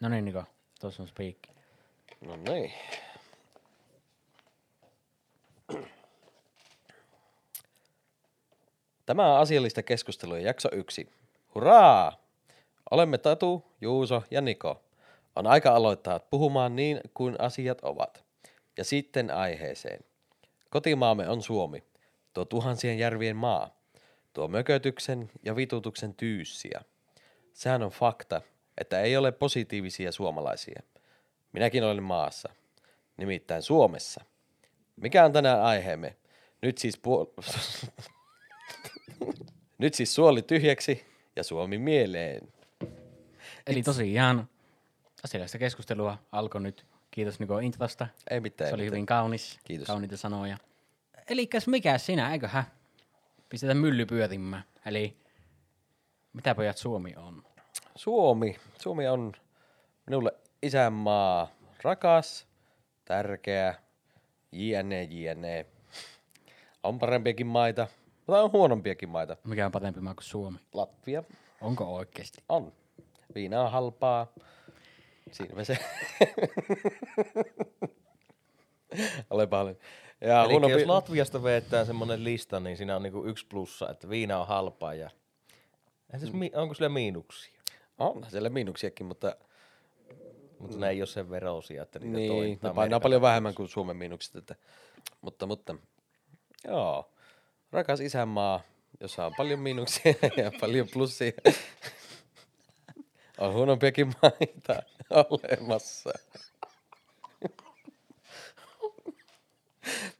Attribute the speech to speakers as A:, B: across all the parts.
A: No niin, Niko, tuossa on spiikki.
B: No niin. Tämä on asiallista keskustelua jakso yksi. Hurraa! Olemme Tatu, Juuso ja Niko. On aika aloittaa puhumaan niin kuin asiat ovat. Ja sitten aiheeseen. Kotimaamme on Suomi, tuo tuhansien järvien maa. Tuo mökötyksen ja vitutuksen tyyssiä. Sehän on fakta, että ei ole positiivisia suomalaisia. Minäkin olen maassa, nimittäin Suomessa. Mikä on tänään aiheemme? Nyt siis, puol- Nyt siis suoli tyhjäksi ja Suomi mieleen.
A: Eli tosiaan asiallista keskustelua alkoi nyt. Kiitos Niko Intvasta.
B: Ei mitään.
A: Se oli
B: ei mitään.
A: hyvin kaunis.
B: Kiitos.
A: Kauniita sanoja. Elikäs mikä sinä, eiköhän? Pistetään mylly pyörimään. Eli mitä pojat Suomi on?
B: Suomi. Suomi on minulle isänmaa rakas, tärkeä, jne, jne. On parempiakin maita, mutta on huonompiakin maita.
A: Mikä on parempi maa kuin Suomi?
B: Latvia
A: Onko oikeasti?
B: on. Viina on halpaa. Siinäpä se. Ole paljon. Ja
C: Eli
B: huonompi...
C: jos Latviasta vetää semmonen lista, niin siinä on niinku yksi plussa, että viina on halpaa ja...
B: Mm.
C: Entäs, mi- onko sillä miinuksia?
B: on siellä miinuksiakin, mutta
C: Mutta ne ei ole sen veroisia, että niitä
B: niin, ne
C: toimittaa
B: painaa
C: Amerikan-
B: paljon vähemmän kuin Suomen miinukset. Että, mutta, mutta, joo. Rakas isänmaa, jossa on paljon miinuksia ja paljon plussia. on huonompiakin maita olemassa.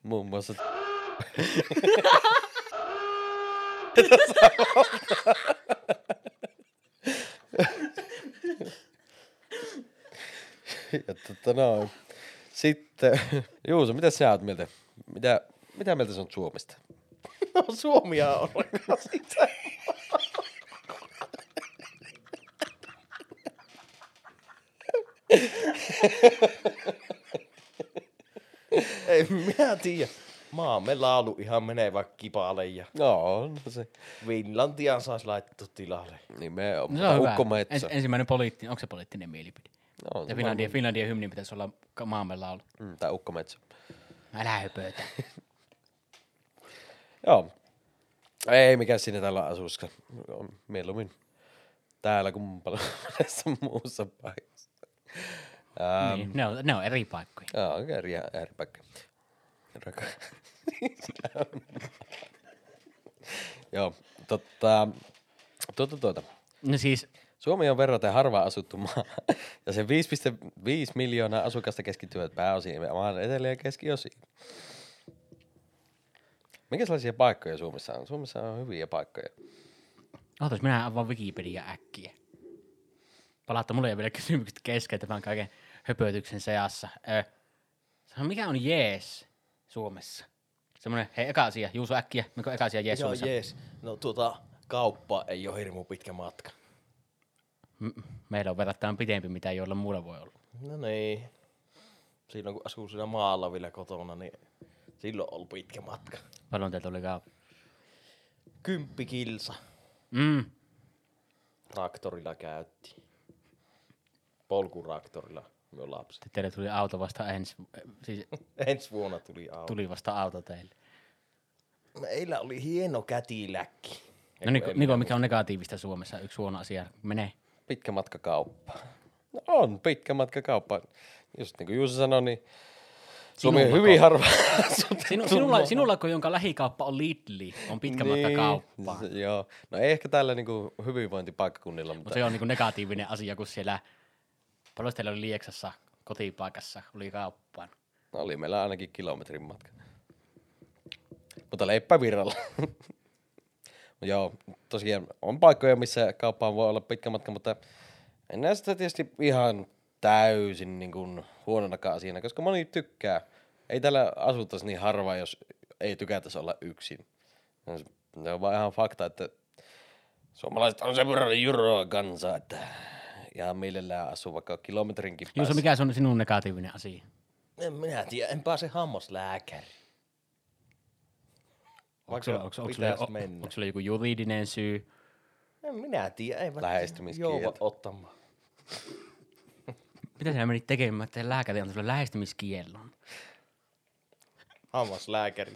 B: Muun muassa Ja tota noin. Sitten, Juuso, mitä sä oot mieltä? Mitä, mitä mieltä sä oot Suomesta?
C: No, Suomia on rakas sitä. Ei minä tiedä. Maamme laulu ihan menee vaikka kipalle ja
B: No, on se.
C: Finlantiaan saisi laittaa tilalle.
B: Nimenomaan.
A: No, se on hyvä. Ens,
B: Ukkometsä.
A: ensimmäinen poliittinen, onko se poliittinen mielipide?
B: No, on se
A: Ja Finlandia, Finlandia hymni pitäisi olla ka- maamme laulu.
B: varmaan. Mm, tai ukkometsä.
A: Älä höpötä.
B: Joo. Ei mikään siinä täällä asuska. On Mieluummin täällä kuin paljon monessa muussa paikassa. Ää,
A: Niin, ne, on, ne on eri paikkoja.
B: Joo, on eri, eri paikka. Raka. Joo, totta, tuota, tuota.
A: No siis,
B: Suomi on verraten harvaan asuttu maa, ja sen 5,5 miljoonaa asukasta keskittyvät pääosin maan etelä- ja keskiosiin. Minkälaisia paikkoja Suomessa on? Suomessa on hyviä paikkoja.
A: Ootas, minä avaan Wikipedia äkkiä. Palaatte mulle ei vielä kysymykset kesken tämän kaiken höpötyksen seassa. Ö, sano, mikä on jees Suomessa? Semmoinen, hei, eka asia, Juuso äkkiä, mikä on eka asia jees
C: Joo,
A: Suomessa?
C: jees. No tuota, kauppa ei ole hirmu pitkä matka.
A: M- meillä on verrattain pitempi, mitä joilla muulla voi olla.
C: No niin. Silloin kun asuu siinä maalla vielä kotona, niin silloin on ollut pitkä matka.
A: Paljon teiltä oli kauan.
C: Kymppi kilsa.
A: Mm,
C: Traktorilla käytti. Polkuraktorilla me lapset.
A: te- teille tuli auto vasta ensi, siis
C: Ensi vuonna tuli auto.
A: tuli vasta auto teille.
C: Meillä oli hieno kätiläkki.
A: No Niko, Niko, mikä on negatiivista Suomessa? Yksi huono asia menee.
B: Pitkä matka kauppaan. No on pitkä matka kauppaan. Just niin kuin Juuso sanoi, niin Suomi on
A: Sinulla
B: hyvin harvaan asuttu
A: Sinu, sinulla, sinulla, kun jonka lähikauppa on Lidli, on pitkä niin. matka kauppaan.
B: Se- Joo. No ei ehkä tällä niinku hyvinvointipaikkakunnilla, mutta
A: Mutta se on niinku negatiivinen asia, kun siellä, paljon teillä oli Lieksassa kotipaikassa, oli kauppaan.
B: no, oli meillä ainakin kilometrin matka. Mutta leipävirralla. joo, tosiaan on paikkoja, missä kauppaan voi olla pitkä matka, mutta en näe sitä tietysti ihan täysin niin kuin huononakaan asiana, koska moni tykkää. Ei täällä asuttaisi niin harva, jos ei tykätäisi olla yksin. No se- Se on vaan ihan fakta, että suomalaiset on sen verran juroa kansaa, että ihan mielellään asuu vaikka kilometrinkin päässä.
A: Juuso, mikä se on sinun negatiivinen asia?
C: En minä tiedä, en pääse hammaslääkäri.
A: Onko
C: Vaikka
A: sulla, onko, onko, sulla,
C: pitäisi
A: onko,
C: mennä.
A: onko sulla joku juridinen syy?
C: En minä tiedä, ei
B: Lähestymiskielto.
C: ottamaan.
A: Mitä sinä menit tekemään, että lääkäri antoi sulle lähestymiskiellon?
C: Hammaslääkäri.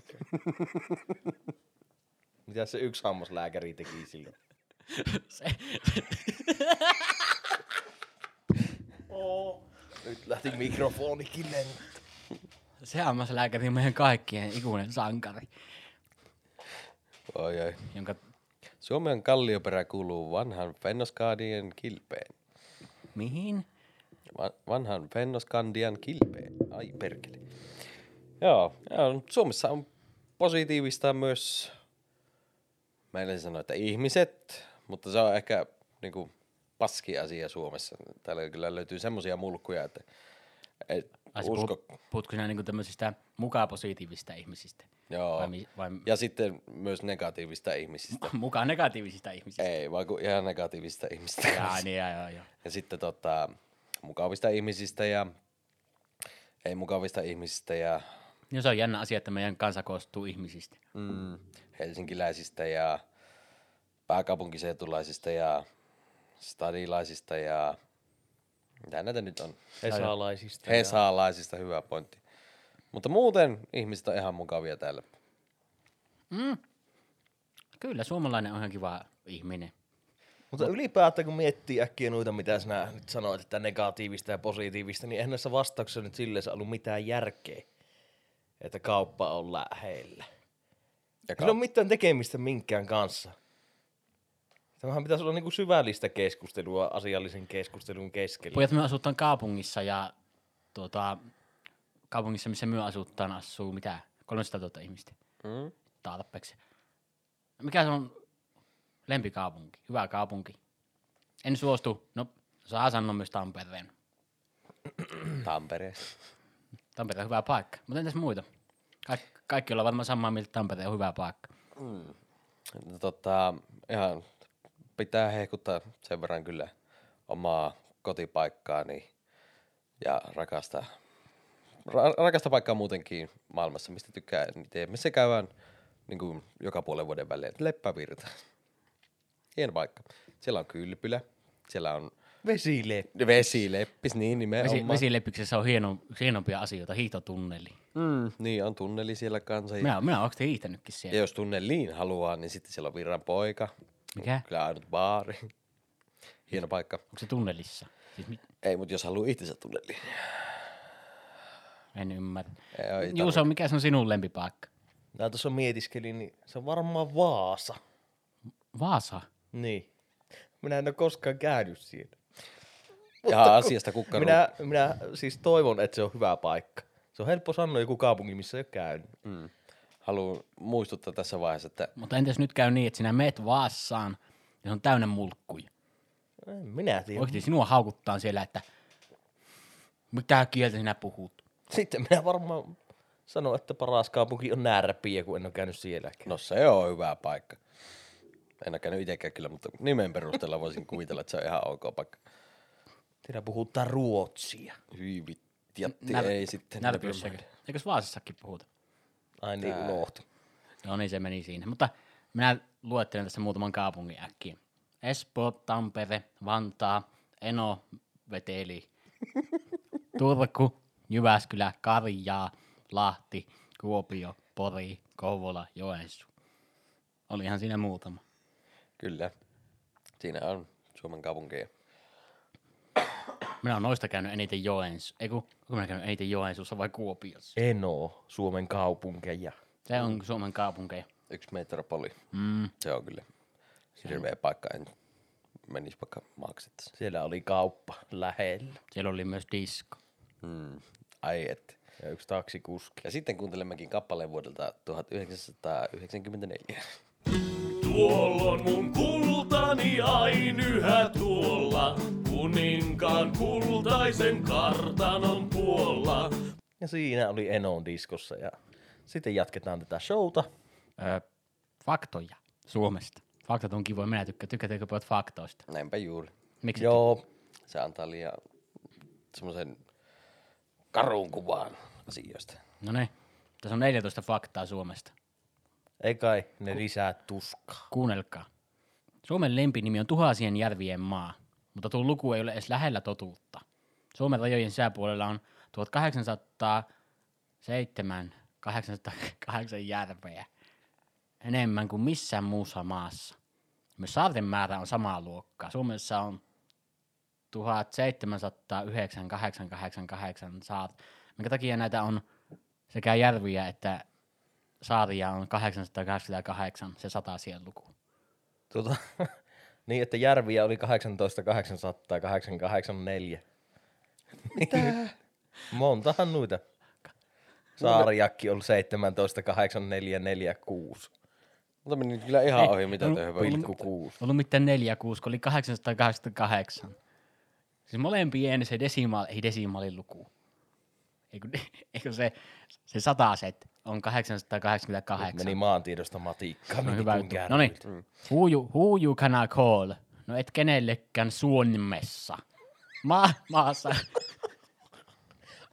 C: Mitä se yksi hammaslääkäri teki silloin?
A: Se,
C: Nyt lähti mikrofonikin lentämään.
A: se hammaslääkäri on meidän kaikkien ikuinen sankari,
B: Oi, oi.
A: jonka
B: Suomen kallioperä kuuluu vanhan Fennoskandian kilpeen.
A: mihin?
B: Va- vanhan Fennoskandian kilpeen. Ai perkele. Joo, joo, Suomessa on positiivista myös, mä en sano, että ihmiset, mutta se on ehkä niin kuin, paski asia Suomessa. Täällä kyllä löytyy semmoisia mulkkuja, että et
A: Ai se
B: usko.
A: puhut- puhutko sinä niinku tämmöisistä mukaan positiivisista ihmisistä?
B: Joo.
A: Vai, mi- vai
B: Ja sitten myös negatiivista ihmisistä.
A: mukaan negatiivisista ihmisistä?
B: Ei, vaan kun ihan negatiivista ihmistä.
A: Jaa, niin, jaa, joo, joo.
B: Ja sitten tota, mukavista ihmisistä ja ei mukavista ihmisistä ja
A: Ja No se on jännä asia, että meidän kansa koostuu ihmisistä.
B: mm, helsinkiläisistä ja pääkaupunkiseutulaisista ja stadilaisista ja mitä näitä nyt on?
C: Hesalaisista.
B: Hesalaisista, hyvä pointti. Mutta muuten ihmiset on ihan mukavia täällä.
A: Kyllä, suomalainen on ihan kiva ihminen.
C: Mutta ylipäätään kun miettii äkkiä noita, mitä sinä nyt sanoit, että negatiivista ja positiivista, niin eihän näissä vastauksissa nyt silleen saa ollut mitään järkeä, että kauppa on lähellä.
B: Ja
C: Sillä on mitään tekemistä minkään kanssa. Tämähän pitäisi olla niinku syvällistä keskustelua asiallisen keskustelun keskellä.
A: Pojat, me asutaan kaupungissa ja tuota, kaupungissa, missä me asutaan, asuu mitä? 300 000 ihmistä
B: mm,
A: tarpeeksi. Mikä se on lempikaupunki? Hyvä kaupunki. En suostu. No, saa sanoa myös Tampereen.
B: Tampereessa.
A: Tampere on hyvä paikka. Mutta entäs muita? Kaik- kaikki ollaan varmaan samaa mieltä, että Tampere on hyvä paikka.
B: No Tota, ihan pitää hehkuttaa sen verran kyllä omaa kotipaikkaani ja rakasta, ra- rakasta paikkaa muutenkin maailmassa, mistä tykkää eniten. Me se käydään niin kuin joka puolen vuoden välein. Leppävirta. Hieno paikka. Siellä on kylpylä, siellä on
C: Vesile.
B: vesileppis, niin
A: Vesi,
B: nimenomaan. Vesi,
A: vesilepiksessä on hieno, hienompia asioita, hiihtotunneli.
B: Mm, niin, on tunneli siellä kanssa. Ja,
A: Minä, minä olen hiihtänytkin siellä.
B: ja jos tunneliin haluaa, niin sitten siellä on virran poika.
A: Mikä?
B: Kyllä ainut baari. Hieno paikka.
A: Onko se tunnelissa? Siis mit,
B: Ei, mutta jos haluaa itsensä tunneliin.
A: en ymmärrä.
B: Ei, ei
A: Juuso, mikä se on sinun lempipaikka?
C: Mä tuossa mietiskelin, niin se on varmaan Vaasa.
A: Vaasa.
C: Niin. Minä en ole koskaan käynyt siellä.
B: Ihan asiasta kukkaro.
C: Minä, minä siis toivon, että se on hyvä paikka. Se on helppo sanoa joku kaupunki, missä ei ole käynyt.
B: Mm. Haluan muistuttaa tässä vaiheessa, että
A: Mutta entäs nyt käy niin, että sinä meet Vaassaan ja se on täynnä mulkkuja.
C: En minä tiedä.
A: Oikeasti sinua haukuttaa siellä, että mitä kieltä sinä puhut.
C: Sitten minä varmaan sanon, että paras kaupunki on Närpiä, kun en ole käynyt sielläkään.
B: no se on hyvä paikka. En ole käynyt itsekään kyllä, mutta nimen perusteella voisin kuvitella, että se on ihan ok paikka.
C: Siinä puhutaan ruotsia.
B: Hyi vittu, jätti,
A: Nä-
B: ei sitten.
A: Närpiössäkö? Eikös Vaasassakin puhuta?
C: Ai niin, unohtu.
A: No niin, se meni siinä. Mutta minä luettelen tässä muutaman kaupungin äkkiä. Espoo, Tampere, Vantaa, Eno, Veteli, Turku, Jyväskylä, Karjaa, Lahti, Kuopio, Pori, Kouvola, Joensuu. Olihan siinä muutama.
B: Kyllä. Siinä on Suomen kaupunkeja.
A: Minä olen noista käynyt eniten Joensu. Ei kun, onko minä käynyt eniten Joensuussa vai Kuopiossa?
C: Eno, Suomen kaupunkeja.
A: Se on Suomen kaupunkeja.
B: Yksi metropoli.
A: Mm.
B: Se on kyllä hirveä paikka. En menisi vaikka maksettaisiin.
C: Siellä oli kauppa lähellä.
A: Siellä oli myös disko.
B: Mm. Ai et.
C: Ja yksi taksikuski.
B: Ja sitten kuuntelemmekin kappaleen vuodelta 1994.
D: Tuolloin mun kultani ain yhä tuolla, kuninkaan kultaisen kartanon puolla.
C: Ja siinä oli Enon diskossa. Ja sitten jatketaan tätä showta.
A: Öö, faktoja Suomesta. Faktat on kivoja, minä tykkään. Tykkäätkö pojat faktoista?
B: Näinpä juuri.
A: Miksi?
C: Joo,
B: Se antaa liian semmoisen karun kuvan asioista.
A: No niin. Tässä on 14 faktaa Suomesta.
C: ei kai ne lisää tuskaa.
A: Kuunnelkaa. Suomen lempinimi on tuhansien järvien maa, mutta tuo luku ei ole edes lähellä totuutta. Suomen rajojen sisäpuolella on 1807 808 järveä enemmän kuin missään muussa maassa. Myös saarten määrä on samaa luokkaa. Suomessa on 1798 saat, minkä takia näitä on sekä järviä että saaria on 888, se satasien luku.
C: Tuota, niin, että järviä oli 18884. Mitä? Montahan noita. Saariakki on 17846.
B: Mutta meni nyt kyllä ihan ohi, mitä te hyvä.
A: ollut, ollut mitään neljä kuusi, kun oli 888. Siis molempien se desimaali, ei desimaalin luku. Eikö, eikö se, se sataset on 888.
C: Meni maantiedosta matikkaan.
A: No
C: meni
A: hyvä
C: kuin
A: juttu.
C: kärryiltä.
A: No niin. Who you, who you gonna call? No et kenellekään Suomessa. Ma- maassa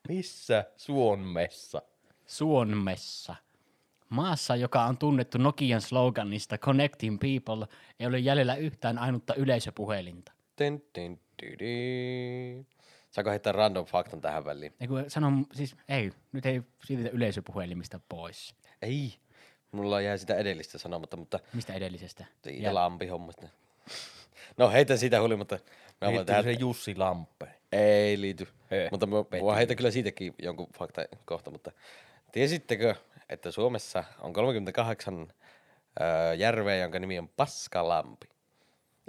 C: Missä Suomessa?
A: Suomessa. Maassa, joka on tunnettu Nokian sloganista Connecting People, ei ole jäljellä yhtään ainutta yleisöpuhelinta.
B: Tyn, tyn, dy, dy. Saanko heittää random faktan tähän väliin?
A: Ei kun sanon, siis ei, nyt ei siirrytä yleisöpuhelimista pois.
B: Ei. Mulla jäi sitä edellistä sanomatta, mutta
A: Mistä edellisestä?
B: siitä lampihommasta. No heitä siitä huolimatta. Mä voin
C: Liittyykö
B: tähän...
C: se Jussi Lampe?
B: Ei liity.
C: Hei,
B: mutta mä voin heitä kyllä siitäkin jonkun fakta kohta, mutta tiesittekö, että Suomessa on 38 öö, järveä, jonka nimi on Paskalampi?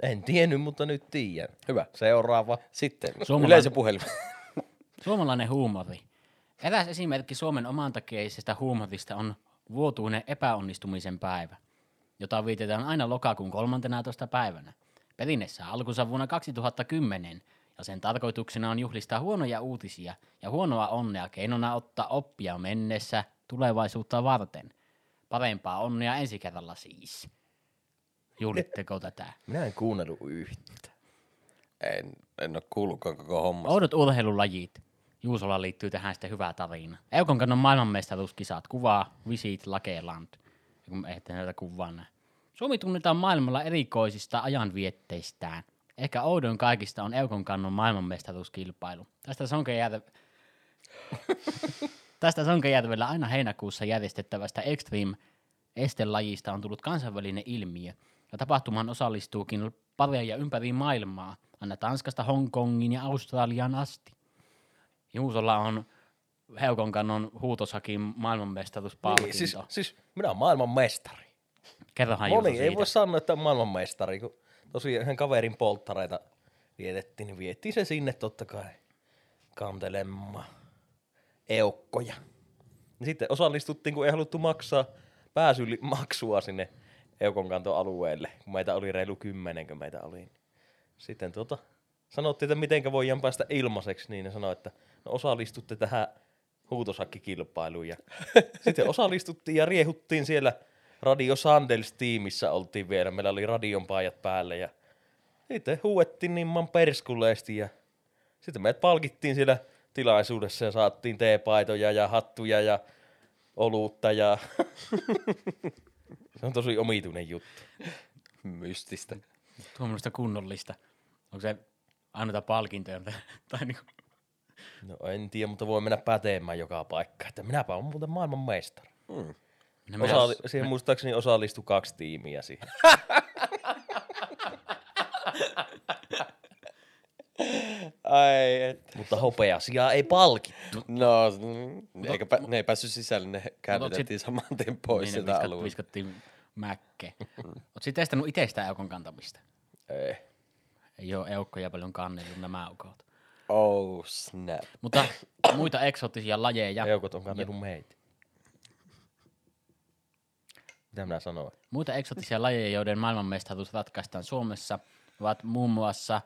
C: En tiennyt, mutta nyt tiedän.
B: Hyvä.
C: Seuraava.
B: Sitten
A: Suomalainen-
B: yleisöpuhelin.
A: Suomalainen huumori. Eräs esimerkki Suomen omantakeisesta huumorista on vuotuinen epäonnistumisen päivä, jota vietetään aina lokakuun 13. päivänä. Perinne saa alkunsa vuonna 2010, ja sen tarkoituksena on juhlistaa huonoja uutisia ja huonoa onnea keinona ottaa oppia mennessä tulevaisuutta varten. Parempaa onnea ensi kerralla siis. Juhlitteko tätä?
C: Minä en kuunnellut yhtä.
B: en, en ole kuullutkaan koko homma.
A: Oudot urheilulajit. Juusolla liittyy tähän sitten hyvä tarina. Eukon kannon maailmanmestaruuskisat kuvaa Visit Lakeland. Ja Kun ette näitä kuvaa näe. Suomi tunnetaan maailmalla erikoisista ajanvietteistään. Ehkä oudoin kaikista on Eukon kannon maailmanmestaruuskilpailu. Tästä Sonkejärve... Tästä Sonkejärvellä aina heinäkuussa järjestettävästä Extreme estelajista on tullut kansainvälinen ilmiö, ja tapahtumaan osallistuukin pareja ympäri maailmaa, aina Tanskasta Hongkongin ja Australiaan asti. Juusolla on Heukon kannon huutosakin maailmanmestaruuspalkinto.
C: Niin, siis, siis minä olen maailman mestari.
A: Kerrohan Juuso
C: Moni
A: siitä.
C: ei voi sanoa, että on maailman mestari, kun tosiaan yhden kaverin polttareita vietettiin, niin vietiin se sinne totta kai kantelemma eukkoja. Ja sitten osallistuttiin, kun ei haluttu maksaa pääsymaksua sinne eukon kantoalueelle, kun meitä oli reilu kymmenen, kun meitä oli. Sitten tuota, sanottiin, että mitenkä voidaan päästä ilmaiseksi, niin ne sanoi, että no osallistutte tähän huutosakkikilpailuun. Ja sitten osallistuttiin ja riehuttiin siellä Radio Sandels tiimissä oltiin vielä. Meillä oli radion paajat päälle ja sitten huuettiin nimman perskuleesti ja sitten meidät palkittiin siellä tilaisuudessa ja saattiin teepaitoja ja hattuja ja olutta ja se on tosi omituinen juttu.
B: Mystistä.
A: Tuo on minusta kunnollista. Onko se ainoita palkintoja? mitä- tai niinku,
C: No en tiedä, mutta voi mennä päteemään joka paikka. Että minäpä olen muuten maailman mestari.
B: No
A: ne meidän-
C: Osa, siihen muistaakseni osallistui kaksi tiimiä siihen.
B: Ai et.
C: Mutta hopeasia ei palkittu.
B: No, mm, eikäpä, ne ei päässyt sisälle, ne käännytettiin
A: sit-
B: saman tien pois
A: niin ne
B: sieltä
A: viskat-
B: alueelta.
A: Viskattiin mäkkeä. Oletko sitten testannut itse sitä eukon kantamista?
C: Ei.
A: Ei ole eukkoja paljon kannellut nämä ukot.
B: Oh snap.
A: Mutta muita eksoottisia lajeja.
C: Eukot on kannellut meitä. Mitä minä sanoin?
A: Muita eksoottisia lajeja, joiden maailmanmestaruus ratkaistaan Suomessa, ovat muun muassa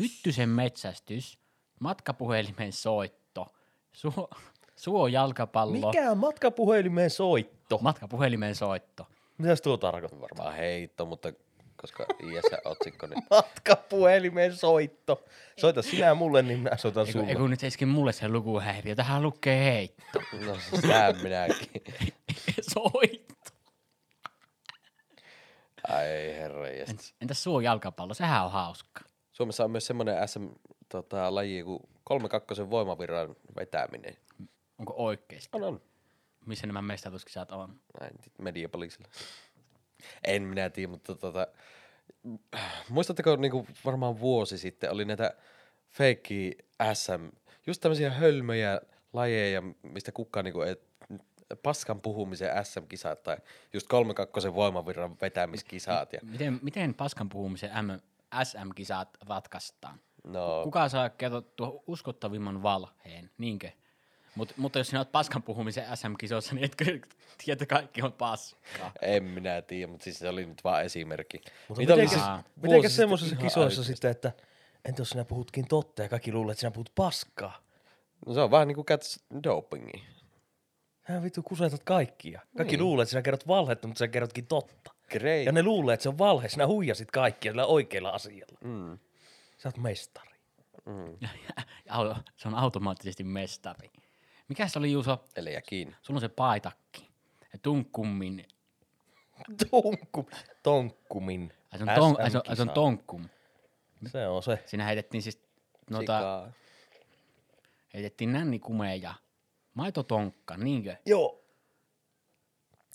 A: hyttysen metsästys, matkapuhelimen soitto, suo, suojalkapallo,
C: Mikä on matkapuhelimeen soitto?
A: matkapuhelimen soitto.
C: Mitäs tuo tarkoittaa?
B: Varmaan heitto, mutta koska IS-otsikko, niin
C: Matkapuhelimeen soitto. Soita sinä mulle, niin minä soitan
A: Ei
C: sulle.
A: kun nyt eskin mulle se lukuhäiriö, tähän lukee heitto.
B: no sitä minäkin.
A: soitto.
B: Ai herra jästä.
A: Entäs suojalkapallo, sehän on hauska.
B: Suomessa on myös semmoinen SM, tota, tota, laji kuin kolme kakkosen voimavirran vetäminen.
A: Onko oikeesti?
B: On, on.
A: Missä nämä mestaruuskisat on?
B: Näin, mediapoliisilla. En minä tiedä, mutta tota, muistatteko niinku varmaan vuosi sitten oli näitä feikki SM, just tämmöisiä hölmöjä lajeja, mistä kukaan niinku ei paskan puhumisen SM-kisat tai just 3-2 voimavirran vetämiskisat. Ja,
A: Miten, miten paskan puhumisen M- SM-kisat ratkaistaan?
B: no,
A: Kuka saa kerrottua uskottavimman valheen, niinkö? Mut, mutta jos sinä oot paskan puhumisen SM-kisoissa, niin etkö tiedä, että kaikki on paskaa?
B: en minä tiedä, mutta siis se oli nyt vaan esimerkki.
C: Mutta
B: Niitä oli siis
C: mitenkäs,
A: Aa.
B: vuosi
C: mitenkäs
B: sitten
C: semmoisissa
B: ihan
C: kisoissa
B: älyttömästi.
C: sitten, että entä jos sinä puhutkin totta ja kaikki luulee, että sinä puhut paskaa?
B: No se on vähän niinku cats dopingi.
C: Hän vittu kusetat kaikkia. Kaikki
A: Niin.
C: luulee, että sinä kerrot valhetta, mutta sinä kerrotkin totta.
B: Great.
C: Ja ne luulee, että se on valhe. Sinä huijasit kaikkia sillä oikealla asialla.
B: Mm.
C: Sä oot mestari.
A: Au- se on automaattisesti mestari. Mikä se oli Juuso?
B: Eli ja kiinni.
A: Sulla on se paitakki. Ja Tunkkummin.
C: Tonkku, tonkkumin.
A: Ai se on, ton, ai se on, ai se on tonkkum.
C: Se on se.
A: Siinä heitettiin siis noita,
B: Sikaa.
A: heitettiin nännikumeja. Maitotonkka, niinkö?
C: Joo.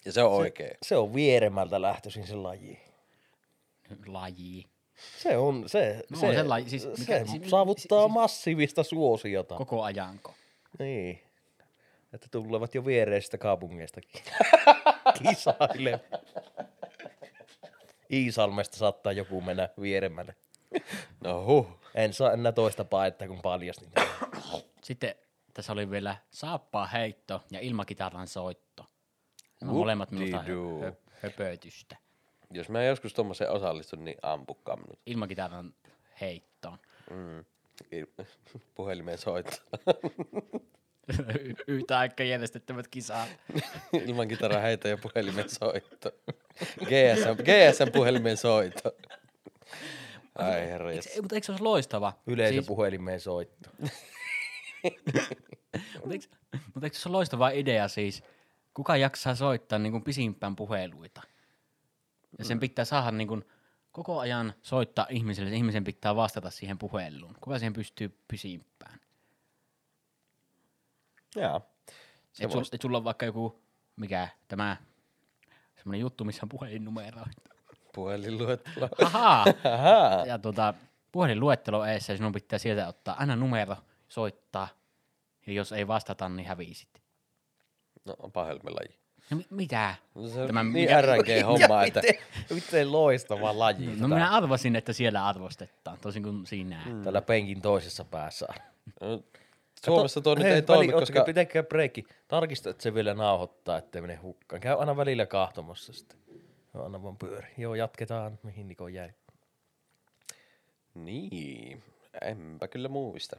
B: Ja se on oikein.
C: Se on vieremmältä lähtöisin se laji.
A: Laji.
C: Se on, se,
A: No
C: se,
A: on se laji, siis mikä-
C: se
A: siis-
C: saavuttaa
A: siis-
C: massiivista suosiota.
A: Koko ajanko.
C: Niin. Että tulevat jo viereistä kaupungeistakin. Kisaille. Iisalmesta saattaa joku mennä vieremmälle.
B: No huh.
C: En saa enää toista paittaa, kun niin paljastin.
A: Sitten tässä oli vielä saappaa heitto ja ilmakitaran soitto. Nämä molemmat minusta hö,
B: Whoop-dee-doo.
A: hö, höpötystä.
B: Jos mä joskus tommoseen osallistun, niin ampukaa minut.
A: Ilmakitaran heittoon.
B: Mm. I- Puhelimeen soittaa.
A: Y- Yhtä aikaa järjestettävät kisaa.
B: Ilman kitaraa heitä ja puhelimeen soitto. GSM, GSM puhelimeen soitto. Ai herra,
A: Eikö,
B: jes.
A: ei, mutta eikö se olisi loistava? siis,
C: Yleisöpuhelimeen soitto.
A: mutta, eikö, mutta eikö se ole loistava idea siis? Kuka jaksaa soittaa niin kuin pisimpään puheluita? Ja sen pitää saada niin kuin koko ajan soittaa ihmiselle. Ihmisen pitää vastata siihen puheluun. Kuka siihen pystyy pisimpään?
B: Jaa. Se
A: Et, sul,
B: voisi-
A: et sulla on vaikka joku, mikä tämä, semmoinen juttu, missä on puhelinnumero.
B: Puhelinluettelo.
A: Ahaa!
B: Ahaa.
A: ja tota, puhelinluettelo eessä ja sinun pitää sieltä ottaa aina numero, soittaa. Ja jos ei vastata, niin hävisit.
B: No on pahelmelaji.
A: No mi- mitä?
B: No, se on
A: Tämä
B: niin
A: mikä-
B: RNG-homma, että
C: Miten, miten loistava laji.
A: No minä arvasin, että siellä arvostetaan, tosin kuin sinä. Mm.
C: Tällä penkin toisessa päässä.
B: no, Suomessa tuo nyt ei toimi, koska...
C: Pitäkää breikki. Tarkista, että se vielä nauhoittaa, ettei mene hukkaan. Käy aina välillä kahtomassa sitten. Joo, anna vaan pyöri. Joo, jatketaan, mihin Niko jäi.
B: Niin, enpä kyllä muista.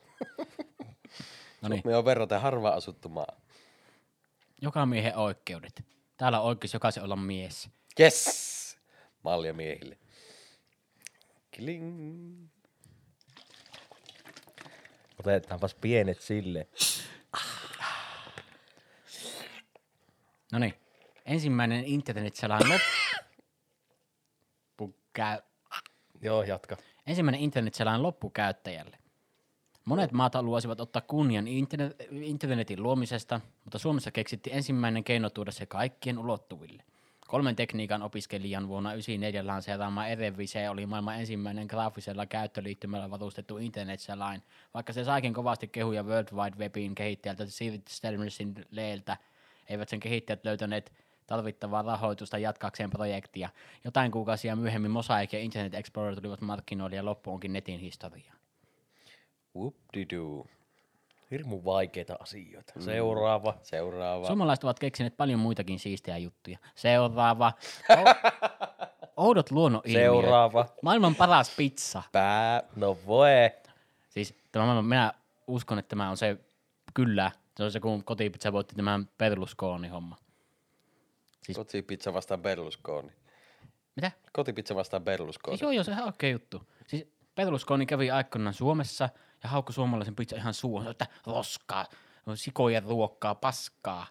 A: No niin,
B: Me on verraten harvaan asuttu maa.
A: joka miehen oikeudet. Täällä on oikeus jokaisen olla mies.
B: Yes! Malja miehille. Kling.
C: Otetaanpas pienet sille.
A: No niin, ensimmäinen internet-selain loppukäy...
C: Joo, jatka.
A: Ensimmäinen internetselain loppukäyttäjälle. Monet maat haluaisivat ottaa kunnian internet, internetin luomisesta, mutta Suomessa keksittiin ensimmäinen keino tuoda se kaikkien ulottuville. Kolmen tekniikan opiskelijan vuonna 1994 lanseeraama RVC oli maailman ensimmäinen graafisella käyttöliittymällä varustettu internetselain, vaikka se saikin kovasti kehuja World Wide Webin kehittäjältä Sir Stelmersin leeltä, eivät sen kehittäjät löytäneet tarvittavaa rahoitusta jatkaakseen projektia. Jotain kuukausia myöhemmin Mosaic ja Internet Explorer tulivat markkinoille ja loppu onkin netin historia.
B: whoop de doo
C: Hirmu vaikeita asioita. Seuraava.
B: Seuraava.
A: Suomalaiset ovat keksineet paljon muitakin siistejä juttuja. Seuraava. O- Oudot
C: niin.
A: luonnonilmiöt.
C: Seuraava.
A: Maailman paras pizza.
B: Pää.
C: No voi.
A: Siis tämä maailma, minä uskon, että tämä on se, kyllä, se on se, kun kotipizza voitti tämän Berlusconi homma.
C: Siis-
B: Kotipizza vastaan Berlusconi.
A: Mitä?
B: Kotipizza vastaan Berlusconi.
A: Joo, joo, sehän on oikea juttu. Siis Berlusconi kävi aikoinaan Suomessa ja haukkui suomalaisen pizza ihan suuhun, sanoi, että roskaa, sikojen ruokkaa, paskaa.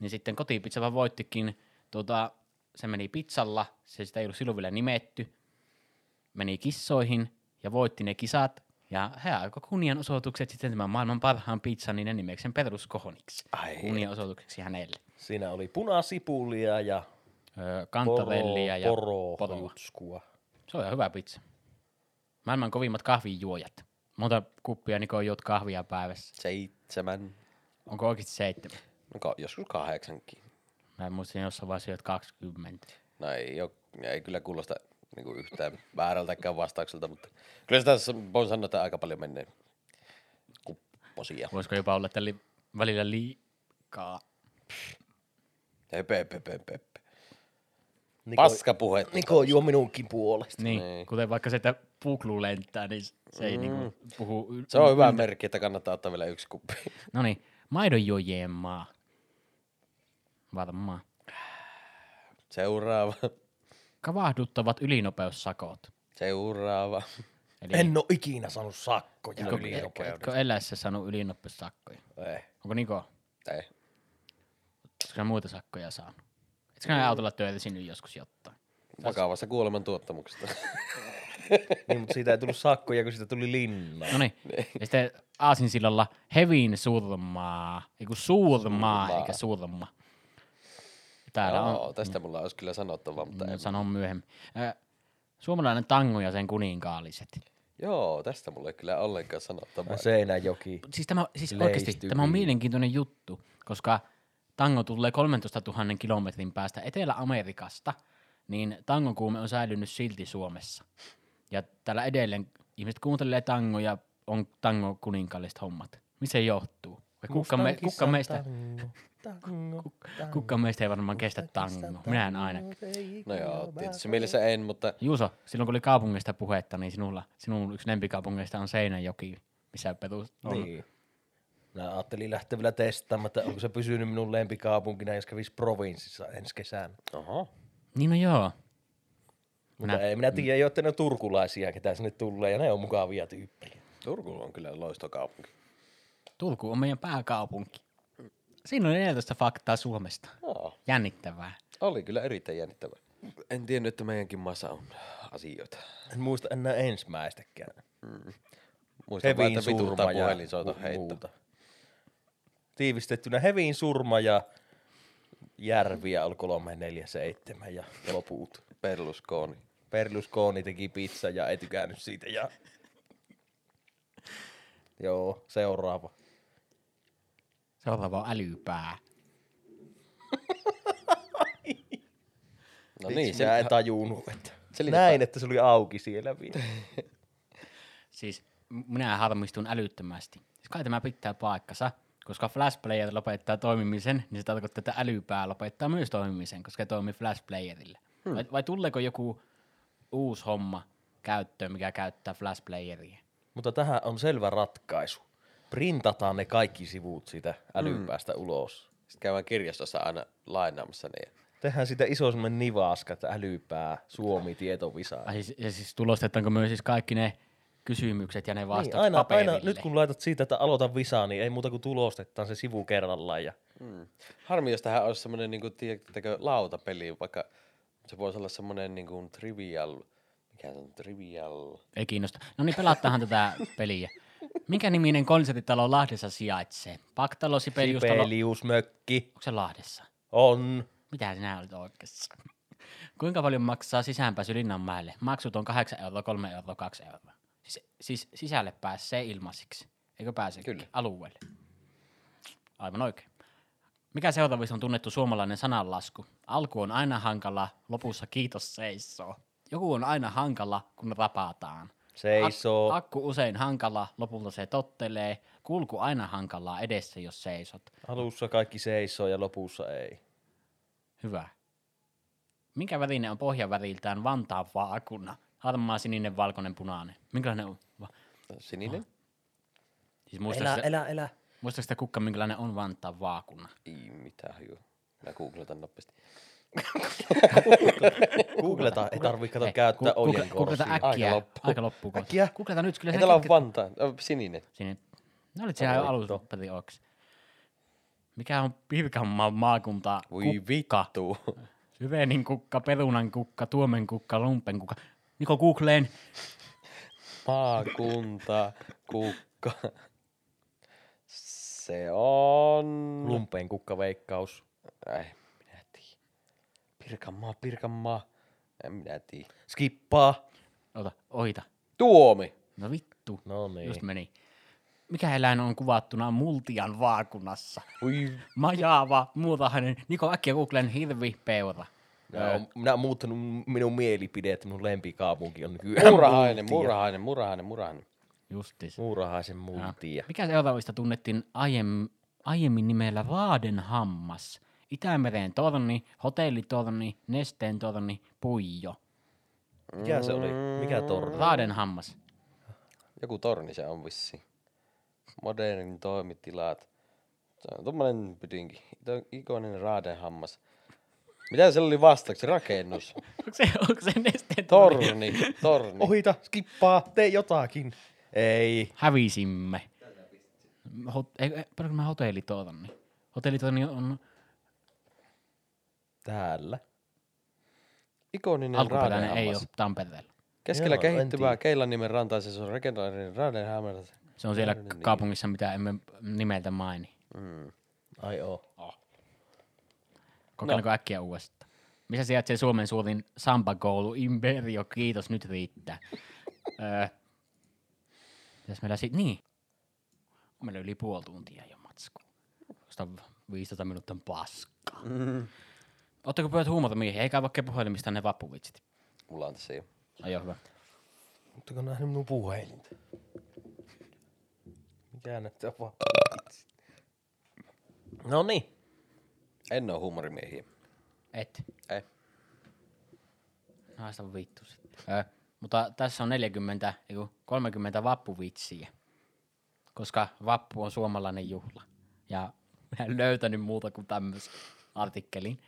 A: Niin sitten kotipizza vaan voittikin, tuota, se meni pizzalla, se sitä ei ollut silloin vielä nimetty, meni kissoihin ja voitti ne kisat. Ja he aikoi kunnianosoitukset sitten tämän maailman parhaan pizzan niin nimeksen peruskohoniksi.
C: Ai
A: Kunnianosoitukseksi hänelle.
C: Siinä oli punasipulia ja
A: Öö,
C: poro,
A: kantarellia ja
C: poro,
A: poroa.
C: poro.
A: Se on ihan hyvä pizza. Maailman kovimmat kahvijuojat. Monta kuppia Niko juot kahvia päivässä?
B: Seitsemän,
A: Onko oikeasti seitsemän?
B: no ka- joskus kahdeksankin.
A: Mä en muista niin jossain vaiheessa että 20.
B: No ei, oo, ei kyllä kuulosta niinku yhtään väärältäkään vastaukselta, mutta kyllä sitä s- voin sanoa, että aika paljon menee kupposia.
A: Voisiko jopa olla tällä välillä liikaa?
B: Höpö, höpö, höpö, höpö.
C: Niko,
B: Paskapuhe.
C: Niko juo minunkin puolesta.
A: Niin, niin, kuten vaikka se, että puklu lentää, niin se ei mm. niinku puhu. yl-
B: Se on hyvä merkki, että kannattaa ottaa vielä yksi kuppi.
A: No niin, maidonjuojien maa. Varmaan.
B: Seuraava.
A: Kavahduttavat ylinopeussakot.
B: Seuraava.
A: Eli
C: Niin. En oo ikinä saanut sakkoja
A: Niko-
C: ylinopeudesta.
A: Etkö eläessä saanut ylinopeussakkoja?
B: Ei,
A: Onko Niko?
B: Eh, ei.
A: Oletko sinä muita sakkoja saanut? Etkö sinä autolla töitä sinne joskus jotain?
B: Vakavasta kuolemantuottamuksesta.
C: Niin, mutta siitä ei tullut sakkoja, kun siitä tuli linna.
A: No niin. Ja sitten Aasinsilalla hevin surmaa. Eiku surmaa,
B: Surmaa.
A: eikä surma. Täällä on, mm,
B: Joo, tästä mulla olisi kyllä sanottavaa, mutta en.
A: sanon myöhemmin. Ö, Suomalainen tango ja sen kuninkaalliset.
B: Joo, tästä mulla ei kyllä ollenkaan sanottavaa.
C: Seinäjoki.
A: Siis, tämä, siis oikeasti
C: Leistyviin.
A: tämä on mielenkiintoinen juttu, koska tango tulee 13 000 kilometrin päästä Etelä-Amerikasta, niin tangokuume on säilynyt silti Suomessa. Ja täällä edelleen ihmiset kuuntelee tangoja, on tango kuninkaalliset hommat. Missä se johtuu? Vai Kuka, me, kuka, meistä, kuka meistä ei varmaan kestä tango? Minä en ainakaan.
B: No joo, tietysti mielessä en, mutta
A: Juuso, silloin kun oli kaupungista puhetta, niin sinulla, sinun yksi lempikaupungeista on Seinäjoki, missä perus on. Niin.
C: Niin. Mä ajattelin lähteä vielä testaamaan, että onko se pysynyt minun lempikaupunkina, jos kävisi provinssissa ensi kesänä.
B: Oho.
A: niin no joo.
C: Mutta ei
A: mm.
C: minä tiedä, ei ole tänne turkulaisia, ketä sinne tulee, ja ne on mukavia tyyppejä.
B: Turku on kyllä loistokaupunki.
A: Turku on meidän pääkaupunki. Siinä on 14 faktaa Suomesta.
B: Joo,
A: Jännittävää.
B: oli kyllä erittäin jännittävä. En tiennyt, että meidänkin maassa on asioita.
C: En muista enää ensimmäistäkään.
B: Muistan vaan,
C: Hevin
B: että vituttaa
C: surma ja
B: puhelinsoiton
C: mu-
B: heitto.
C: muuta. Tiivistettynä Hevin surma ja Järviä oli 347 ja loput.
B: Berlusconi.
C: Perluskooni teki pizza ja ei tykännyt siitä ja... Joo, seuraava.
A: Seuraava on älypää.
B: No niin,
C: se...
B: se,
C: Mä en tajunnut, että
B: Selinepä.
C: näin, että se oli auki siellä vielä.
A: Siis m- minä harmistun älyttömästi. Siis kai tämä pitää paikkansa, koska Flashplayer lopettaa toimimisen, niin se tarkoittaa, että älypää lopettaa myös toimimisen, koska se toimii Flashplayerillä. Hmm. Vai, vai tuleeko joku uusi homma käyttöön, mikä käyttää Flashplayeria?
C: Mutta tähän on selvä ratkaisu. Printataan ne kaikki sivut siitä älypäästä ulos.
B: sitten käydään kirjastossa aina lainaamassa ne.
C: Tehdään sitä iso semmonen nivaska, että älypää, Suomi, tietovisa.
A: Ai siis, ja siis tulostetaanko myös siis kaikki ne kysymykset ja ne vastaukset
C: Niin, aina,
A: paperille?
C: aina, nyt kun laitat siitä, että aloita visaa, niin ei muuta kuin tulostetaan se sivu kerrallaan. Ja...
B: Mm. Harmi, jos tähän olisi semmoinen niin tiedättekö, lautapeli, vaikka se voisi olla semmoinen niin kuin trivial, mikä se on trivial,
A: Ei kiinnosta. No niin, pelattahan tätä peliä. Minkä niminen konsertitalo Lahdessa sijaitsee? Paktalo, Sibeliustalo.
C: Sibeliusmökki
A: Onko se Lahdessa?
C: on
A: Mitä sinä olet oikeassa? Kuinka paljon maksaa sisäänpääsy Linnanmäelle? Maksut on 8 euroa, 3 euroa, 2 euroa. Siis, siis sisälle pääsee ilmaisiksi. Eikö pääse?
B: Kyllä.
A: Alueelle. Aivan oikein. Mikä seuraavista on tunnettu suomalainen sananlasku? Alku on aina hankala, lopussa kiitos seisoo. Joku on aina hankala, kun rapataan.
C: seisoo.
A: Ak- akku usein hankala, lopulta se tottelee. Kulku aina hankalaa edessä, jos seisot.
C: Alussa kaikki seisoo ja lopussa ei.
A: Hyvä. Minkä värinen on pohjaväriltään Vantaan vaakuna? Harmaa, sininen, valkoinen, punainen. Minkälainen on? Va-
B: sininen?
A: siis muistatko,
C: Elä,
A: sitä,
C: elä, elä.
A: muistatko sitä kukka, minkälainen on Vantaan vaakuna?
B: Ei mitään hajua. Mä googletan nopeasti.
C: Googletaan, ei tarvitse kato käyttää
A: Eh, Ku-
C: ojen
A: googla- Googlata
C: korsia.
A: äkkiä. Aika,
B: Aika loppuu.
A: Aika loppuu. kohta.
C: Äkkiä.
A: Googlata nyt, kyllä
B: Ei
A: se
B: täällä on Vantaa, Ö, sininen.
A: Sininen. No olit siellä jo alussa perin oikeassa. Mikä on Pirkanmaan maakunta?
B: Voi
A: kukka?
B: vittu.
A: Syvenin kukka, perunan kukka, tuomen kukka, lumpen kukka. Niko Googleen
B: maakunta, kukka. Se on...
C: Lumpeen kukkaveikkaus.
B: Ei, minä tiedä. Pirkanmaa, Pirkanmaa. En minä tiedä.
C: Skippaa.
A: Ota, ohita.
B: Tuomi.
A: No vittu.
C: No niin.
A: Just meni. Mikä eläin on kuvattuna multian vaakunassa?
B: Ui.
A: Majaava, muutahainen, Niko äkkiä googlen hirvi, peura.
C: Minä oon, minä oon muuttanut minun mielipide, että minun lempikaupunki on nykyään
B: Muurahainen,
C: Multia.
B: muurahainen, muurahainen, muurahainen.
A: Justis.
C: Muurahaisen
A: Joo.
C: multia.
A: Mikä seuraavista tunnettiin aiemmin, aiemmin nimellä Vaaden hammas? Itämeren torni, hotellitorni, nesteen torni, puijo.
C: Mikä se oli? Mikä torni?
A: Vaaden hammas.
B: Joku torni se on vissi. Modernin toimitilat. Se on Tuommoinen pytinki. Tuo Ikoinen raadehammas. Mitä se oli vastaksi? Rakennus.
A: Onko se, onko se nesteen torni?
B: Torni, torni.
C: Ohita, skippaa, tee jotakin. Ei.
A: Hävisimme. Hot, ei, ei, paljonko mä hotellitorni? Hotellitorni on
C: Täällä.
B: Ikoninen
A: alkuperäinen, ei ole
B: raadehammas.
A: Tampereella.
B: Keskellä
C: Joo, en
B: kehittyvää
C: tiedä.
B: Keilanimen rantaisessa on legendaarinen raadehammas.
A: Se on siellä
B: Niin, niin.
A: kaupungissa, mitä emme nimeltä maini.
C: Ai oo.
A: Kokeilko no. äkkiä uudestaan. Missä sijaitsee Suomen suurin sambakoulu? Imperio, kiitos, nyt riittää. öö, mitäs meillä sit? Niin. On meillä yli puoli tuntia jo matsku. Sitä 15 minuuttia on paskaa. Mm. Oletteko pojat huumata miehiä? Eikä vaikka puhelimista ne vappuvitsit.
B: Mulla on tässä jo.
A: Ai joo, hyvä.
C: Oletteko nähnyt minun puhelinta? Mitä ne tapaa? No niin.
B: En oo huumorimiehiä. Eh,
A: Et.
B: Ei.
A: Haista vittu sitten. Öö, mutta tässä on 40, ei kun 30 vappuvitsiä. Koska vappu on suomalainen juhla. Ja mä en löytänyt muuta kuin tämmöisen artikkelin.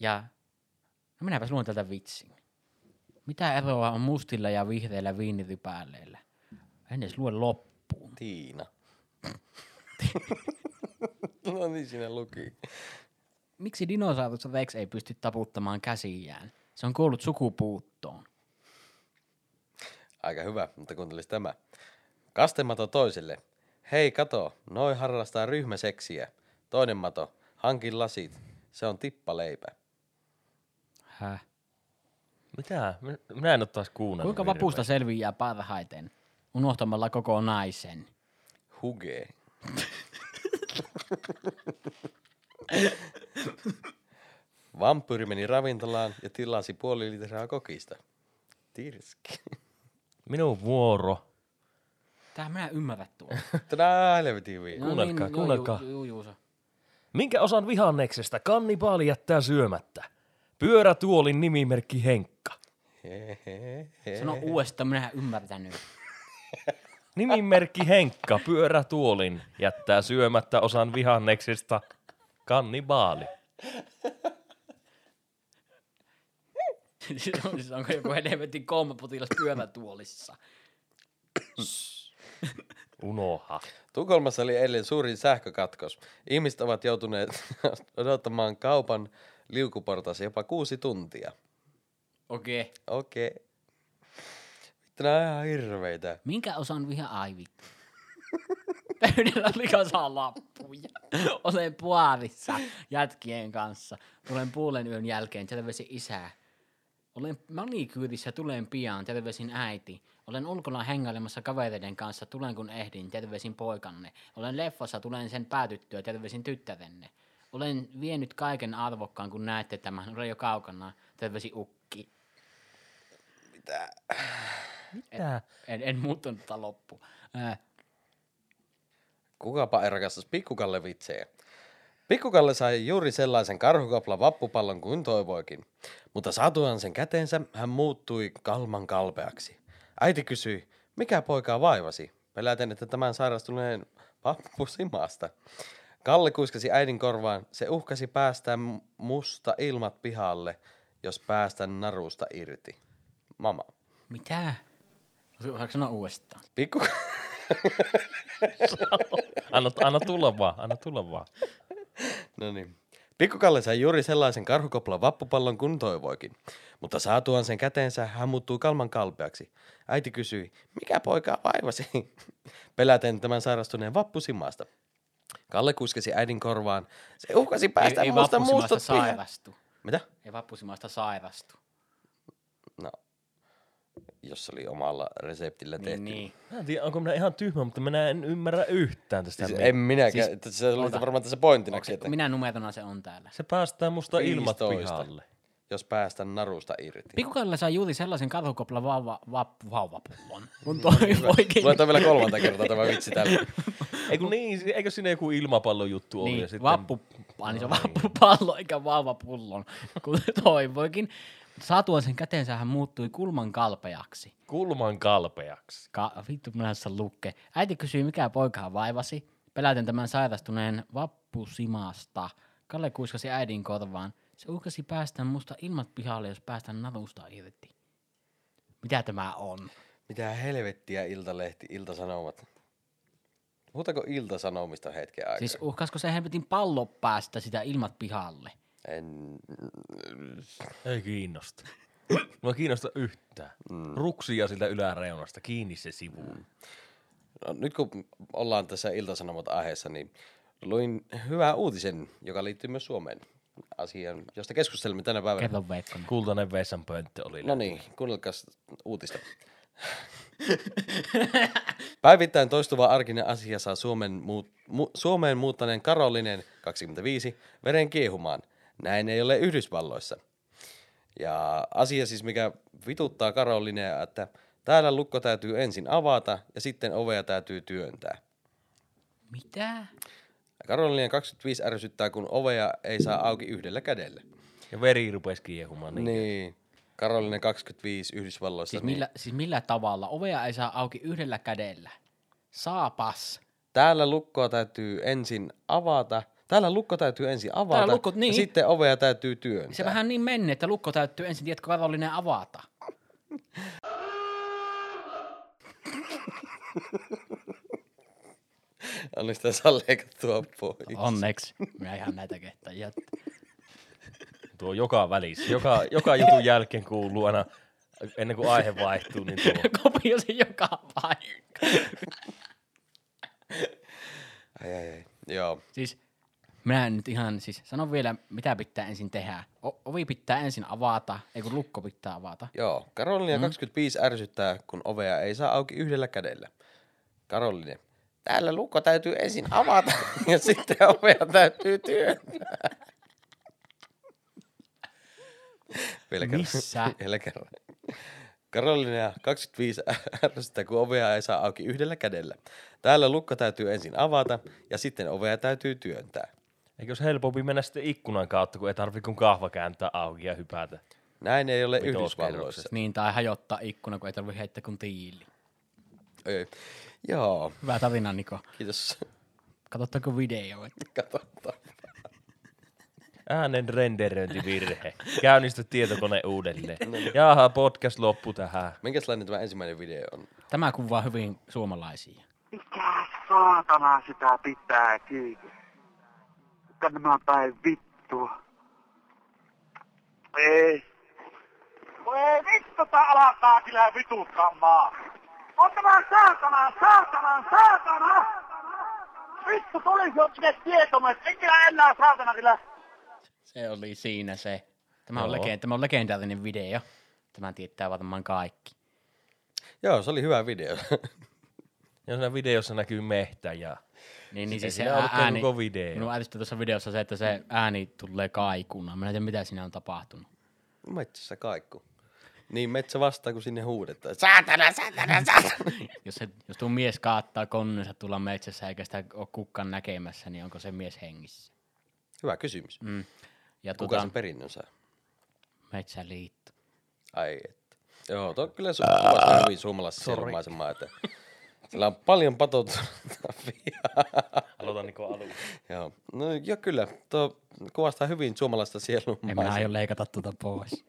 A: Ja no minäpäs luen tältä vitsin. Mitä eroa on mustilla ja vihreillä viinirypäälleillä? En edes lue loppuun.
B: Tiina. no niin siinä luki.
A: Miksi dinosaurus Rex ei pysty taputtamaan käsiään? Se on kuollut sukupuuttoon.
B: Aika hyvä, mutta kuuntelis tämä. Kastemato toiselle. Hei kato, noi harrastaa ryhmäseksiä. Toinen mato, hankin lasit. Se on tippaleipä.
A: Häh?
C: Mitä? Minä- Minä en ole taas kuunnellut.
A: Kuinka
C: hirveästi.
A: vapusta selviää parhaiten? Unohtamalla koko naisen.
B: Huge. Vampyyri meni ravintolaan ja tilasi puoli litraa kokista. Tirski.
C: Minun vuoro.
A: Tää minä ymmärrä tuolla.
B: Tänä helvetin viikko.
C: Kuunnelkaa, kuunnelkaa.
A: No niin, Juu, juu, juu,
C: Minkä osan vihanneksesta kannibaali jättää syömättä? Pyörätuolin nimimerkki Henkka.
A: Sano uudestaan, minä en ymmärtänyt.
C: Nimimerkki Henkka pyörätuolin jättää syömättä osan vihanneksista. Kannibaali.
A: siis on- siis onko joku helvetin kolmapotilas pyörätuolissa?
C: Unoha.
B: Tukholmassa oli eilen suuri sähkökatkos. Ihmiset ovat joutuneet odottamaan kaupan liukuportaassa jopa kuusi tuntia.
A: Okei. Okay.
B: Okei. Okay. Vittu, nää on ihan hirveitä.
A: Minkä osan viha aivit? Pöydällä oli kasa lappuja. Olen puolissa jätkien kanssa. Tulen puolen yön jälkeen, terveisin isä. Olen manikyyrissä, tulen pian, terveisin äiti. Olen ulkona hengailemassa kavereiden kanssa, tulen kun ehdin, terveisin poikanne. Olen leffassa, tulen sen päätyttyä, terveisin tyttärenne. Olen vienyt kaiken arvokkaan, kun näette tämän, olen jo kaukana, terveisin ukki.
C: Mitä?
A: En, en muuttanut tätä loppu. Ää,
B: Kukapa ei rakastaisi pikkukalle vitsejä. Pikkukalle sai juuri sellaisen karhukapla vappupallon kuin toivoikin. Mutta saatuaan sen käteensä, hän muuttui kalman kalpeaksi. Äiti kysyi, mikä poikaa vaivasi? Peläten, että tämän sairastuneen pappu simasta. Kalle kuiskasi äidin korvaan. Se uhkasi päästää m- musta ilmat pihalle, jos päästän narusta irti. Mama.
A: Mitä? Voitko sanoa uudestaan?
B: Pikku...
C: Anna, anna tulla vaan, anna tulla vaan.
B: No niin. Pikkukalle sai juuri sellaisen karhukoplan vappupallon kuin toivoikin, mutta saatuaan sen käteensä hän muuttui kalman kalpeaksi. Äiti kysyi, mikä poikaa vaivasi? Peläten tämän sairastuneen vappusimasta. Kalle kuiskasi äidin korvaan. Se uhkasi
A: Ei,
B: päästä
A: ei
B: muusta
A: vappusimaasta
B: muustot pihaan.
A: sairastu.
B: Mitä?
A: Ei vappusimaasta sairastu.
B: No, jos se oli omalla reseptillä tehty.
A: Niin, niin.
C: Mä en tiedä, onko minä ihan tyhmä, mutta minä en ymmärrä yhtään tästä.
B: Siis
C: Siis
B: en minäkään. Siis, se oli varmaan tässä pointinakin, että
A: Minä numerona se on täällä.
C: Se päästää musta ilmat
B: 15.
C: pihalle.
B: jos päästään narusta irti.
A: Pikkukallella sai juuri sellaisen karhukoplan vauva, vap, vauvapullon. Mun toivoikin.
B: Luetaan vielä kolmanta kertaa tämä vitsi tällä.
C: Ei kun niin, eikö siinä joku ilmapallojuttu ollut? ja
A: Niin,
C: sitten-
A: vappu, vaan niin se on vappupallo eikä vauvapullon, kuten toivoikin. Satuan sen käteensä hän muuttui kulman kalpeaksi.
C: Kulman kalpeaksi.
A: Ka- vittu, minä sen lukke. Äiti kysyi, mikä poikahan vaivasi. Peläten tämän sairastuneen vappusimasta. Kalle kuiskasi äidin korvaan. Se uhkasi päästä musta ilmat pihalle, jos päästään narusta irti. Mitä tämä on?
B: Mitä helvettiä Iltalehti, Iltasanomat. Puhutaanko Iltasanomista hetken aikaa?
A: Siis uhkasko se helvetin pallo päästä sitä ilmat pihalle?
B: En...
C: Ei kiinnosta. Mua kiinnosta yhtään. Ruksia siltä yläreunasta, kiinni se sivuun.
B: No, nyt kun ollaan tässä Iltasanomat aiheessa, niin luin hyvää uutisen, joka liittyy myös Suomeen asiaan, josta keskustelimme tänä päivänä.
A: Kerro Veikko.
C: Kultainen vessanpönttö oli.
B: No niin, kuunnelkaas uutista. Päivittäin toistuva arkinen asia saa Suomen muut, mu, Suomeen muuttaneen Karolinen 25 veren kiehumaan. Näin ei ole Yhdysvalloissa. Ja asia siis, mikä vituttaa Karolinea, että täällä lukko täytyy ensin avata ja sitten ovea täytyy työntää.
A: Mitä?
B: Karolinen 25 ärsyttää, kun ovea ei saa auki yhdellä kädellä.
C: Ja veri rupesi kiehumaan. Niin.
B: Niin. Karolinen 25 Yhdysvalloissa.
A: Siis
B: niin.
A: millä, siis millä tavalla? Ovea ei saa auki yhdellä kädellä. Saapas.
B: Täällä lukkoa täytyy ensin avata. Täällä lukko täytyy ensin avata.
A: lukko- niin.
B: Ja sitten ovea täytyy työntää.
A: Se vähän niin menne, että lukko täytyy ensin, tiedätkö, kavallinen avata.
B: Oli sitä saa leikattua pois.
A: Onneksi. Minä ihan näitä kehtaa jättää.
C: Tuo joka välissä, joka, joka jutun jälkeen kuuluu aina, ennen kuin aihe vaihtuu, niin tuo.
A: Kopio se joka paikka.
B: Ai, ai, ai. Joo.
A: Siis minä en nyt ihan, siis sanon vielä, mitä pitää ensin tehdä. O- ovi pitää ensin avata, ei kun lukko pitää avata.
B: Joo. Karolina 25 ärsyttää, kun ovea ei saa auki yhdellä kädellä. Karolinen. Täällä lukko täytyy ensin avata ja sitten ovea täytyy työntää. Vielä kerran.
A: Missä?
B: Vielä kerran. Karolina 25 ärsyttää, kun ovea ei saa auki yhdellä kädellä. Täällä lukko täytyy ensin avata ja sitten ovea täytyy työntää.
C: Eikö olisi helpompi mennä sitten ikkunan kautta, kun ei tarvi kun kahva kääntää auki ja hypätä.
B: Näin ei ole
C: Vitoskerroksessa.
B: Yhdysvalloissa.
A: Niin, tai hajottaa ikkuna, kun ei tarvitse heittää kuin tiili.
B: Ei. Joo,
A: Hyvä tarina, Niko.
B: kiitos.
A: Katsottaako video? että-
B: Katsotaan.
C: Äänen renderöintivirhe. Käynnistä tietokone uudelleen. Jaha, podcast loppu tähän.
B: Minkälainen tämä ensimmäinen video on?
A: Tämä kuvaa hyvin suomalaisia.
E: Mikä saatana sitä pitää kiinni? Tämä päin vittua. Ei. Voi vittu, tää alkaa kyllä vituttamaan. On tämä saatana, saatana, saatana! Vittu, tulisi jo sinne tietomies. En kyllä enää saatana kyllä.
A: Se oli siinä se. Tämä on,
C: Joo.
A: legend, tämä on legendaarinen video. Tämän tietää varmaan kaikki.
B: Joo, se oli hyvä video.
C: Ja siinä videossa näkyy mehtä ja
A: Niin, niin siis se
C: siinä ollutkaan
A: ääni,
C: koko video.
A: minun ärsytti tuossa videossa se, että se ääni tulee kaikuna. Mä en tiedä, mitä siinä on tapahtunut.
B: Metsässä kaikku. Niin metsä vastaa, kun sinne huudetaan. Saatana, saatana, saatana.
A: Jos, se, jos tuo mies kaattaa konnensa tulla metsässä eikä sitä ole kukaan näkemässä, niin onko se mies hengissä?
B: hyvä kysymys.
A: Mm. Ja
B: Kuka
A: tuota,
B: sen perinnön saa?
A: metsäliitto.
B: Ai että. Joo, tuo on kyllä su- kuvastaa hyvin suomalaisen sielumaisen maa, että sillä on paljon patoutuneita
C: Aloitan niinku Niko alusta.
B: Joo, no joo kyllä, tuo kuvastaa hyvin suomalaista
A: En minä
B: sielumaisen.
A: aio leikata tuota pois.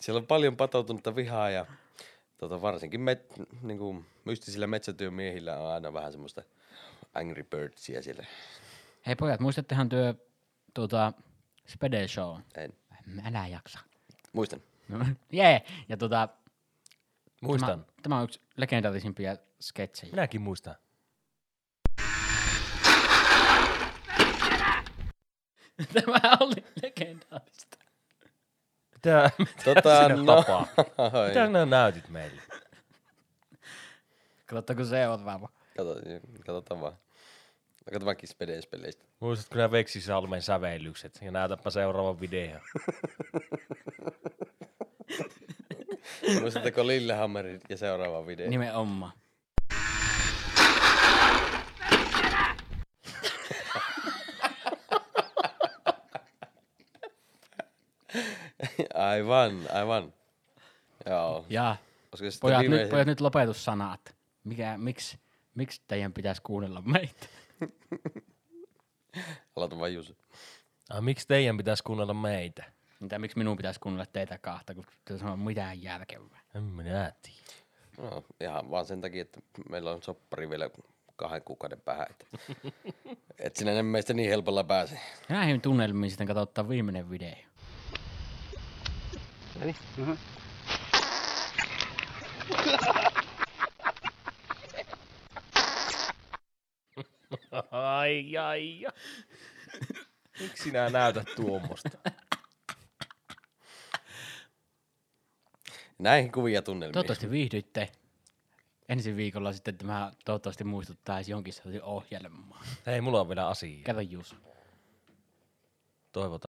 B: Siellä on paljon patoutunutta vihaa ja tota, varsinkin met, niin kuin, mystisillä metsätyömiehillä on aina vähän semmoista Angry Birdsia siellä.
A: Hei pojat, muistattehan työ tuota, Spede Show?
B: En.
A: Mä Älä jaksa.
B: Muistan.
A: No, Jee! Ja tuota,
C: Muistan.
A: Tämä, tämä on yksi legendaarisimpia sketsejä.
C: Minäkin muistan.
A: Tämä oli legendaarista.
C: Mitä,
B: Tota,
C: sinä
B: no.
C: tapaa?
B: Ai,
C: Mitä sinä näytit meille?
A: Katsotaanko seuraava?
B: Katsotaan, katsotaan vaan. Katsotaan kispedeispeleistä.
C: Muistatko nämä Veksisalmen sävellykset? Ja näytäpä seuraavan videon.
B: Muistatteko Lillehammerin ja seuraava video?
A: Niin. Nimenomaan.
B: Aivan, aivan. Joo.
A: Ja
B: Olisiko sitten
A: pojat, nyt,
B: viimeisin?
A: pojat nyt lopetussanat. Mikä, miksi, miksi teidän pitäisi kuunnella meitä?
B: Aloita vaan Jussi.
C: Ah, miksi teidän pitäisi kuunnella meitä?
A: Mitä, Niin miksi minun pitäisi kuunnella teitä kahta, kun tässä on mitään järkevää?
C: En minä tiedä.
B: No, ihan vaan sen takia, että meillä on soppari vielä kahden kuukauden päähän. Että, et sinä en meistä niin helpolla pääse.
A: Näihin tunnelmiin sitten katsotaan viimeinen video.
C: Ai, ai, ai. Miksi sinä näytät tuommoista?
B: Näihin kuvia tunnelmiin.
A: Toivottavasti viihdyitte. Ensi viikolla sitten tämä toivottavasti muistuttaa edes jonkin sellaisen ohjelmaa.
C: Hei, mulla on vielä asia.
A: Käydä Juuso.
C: Toivotan.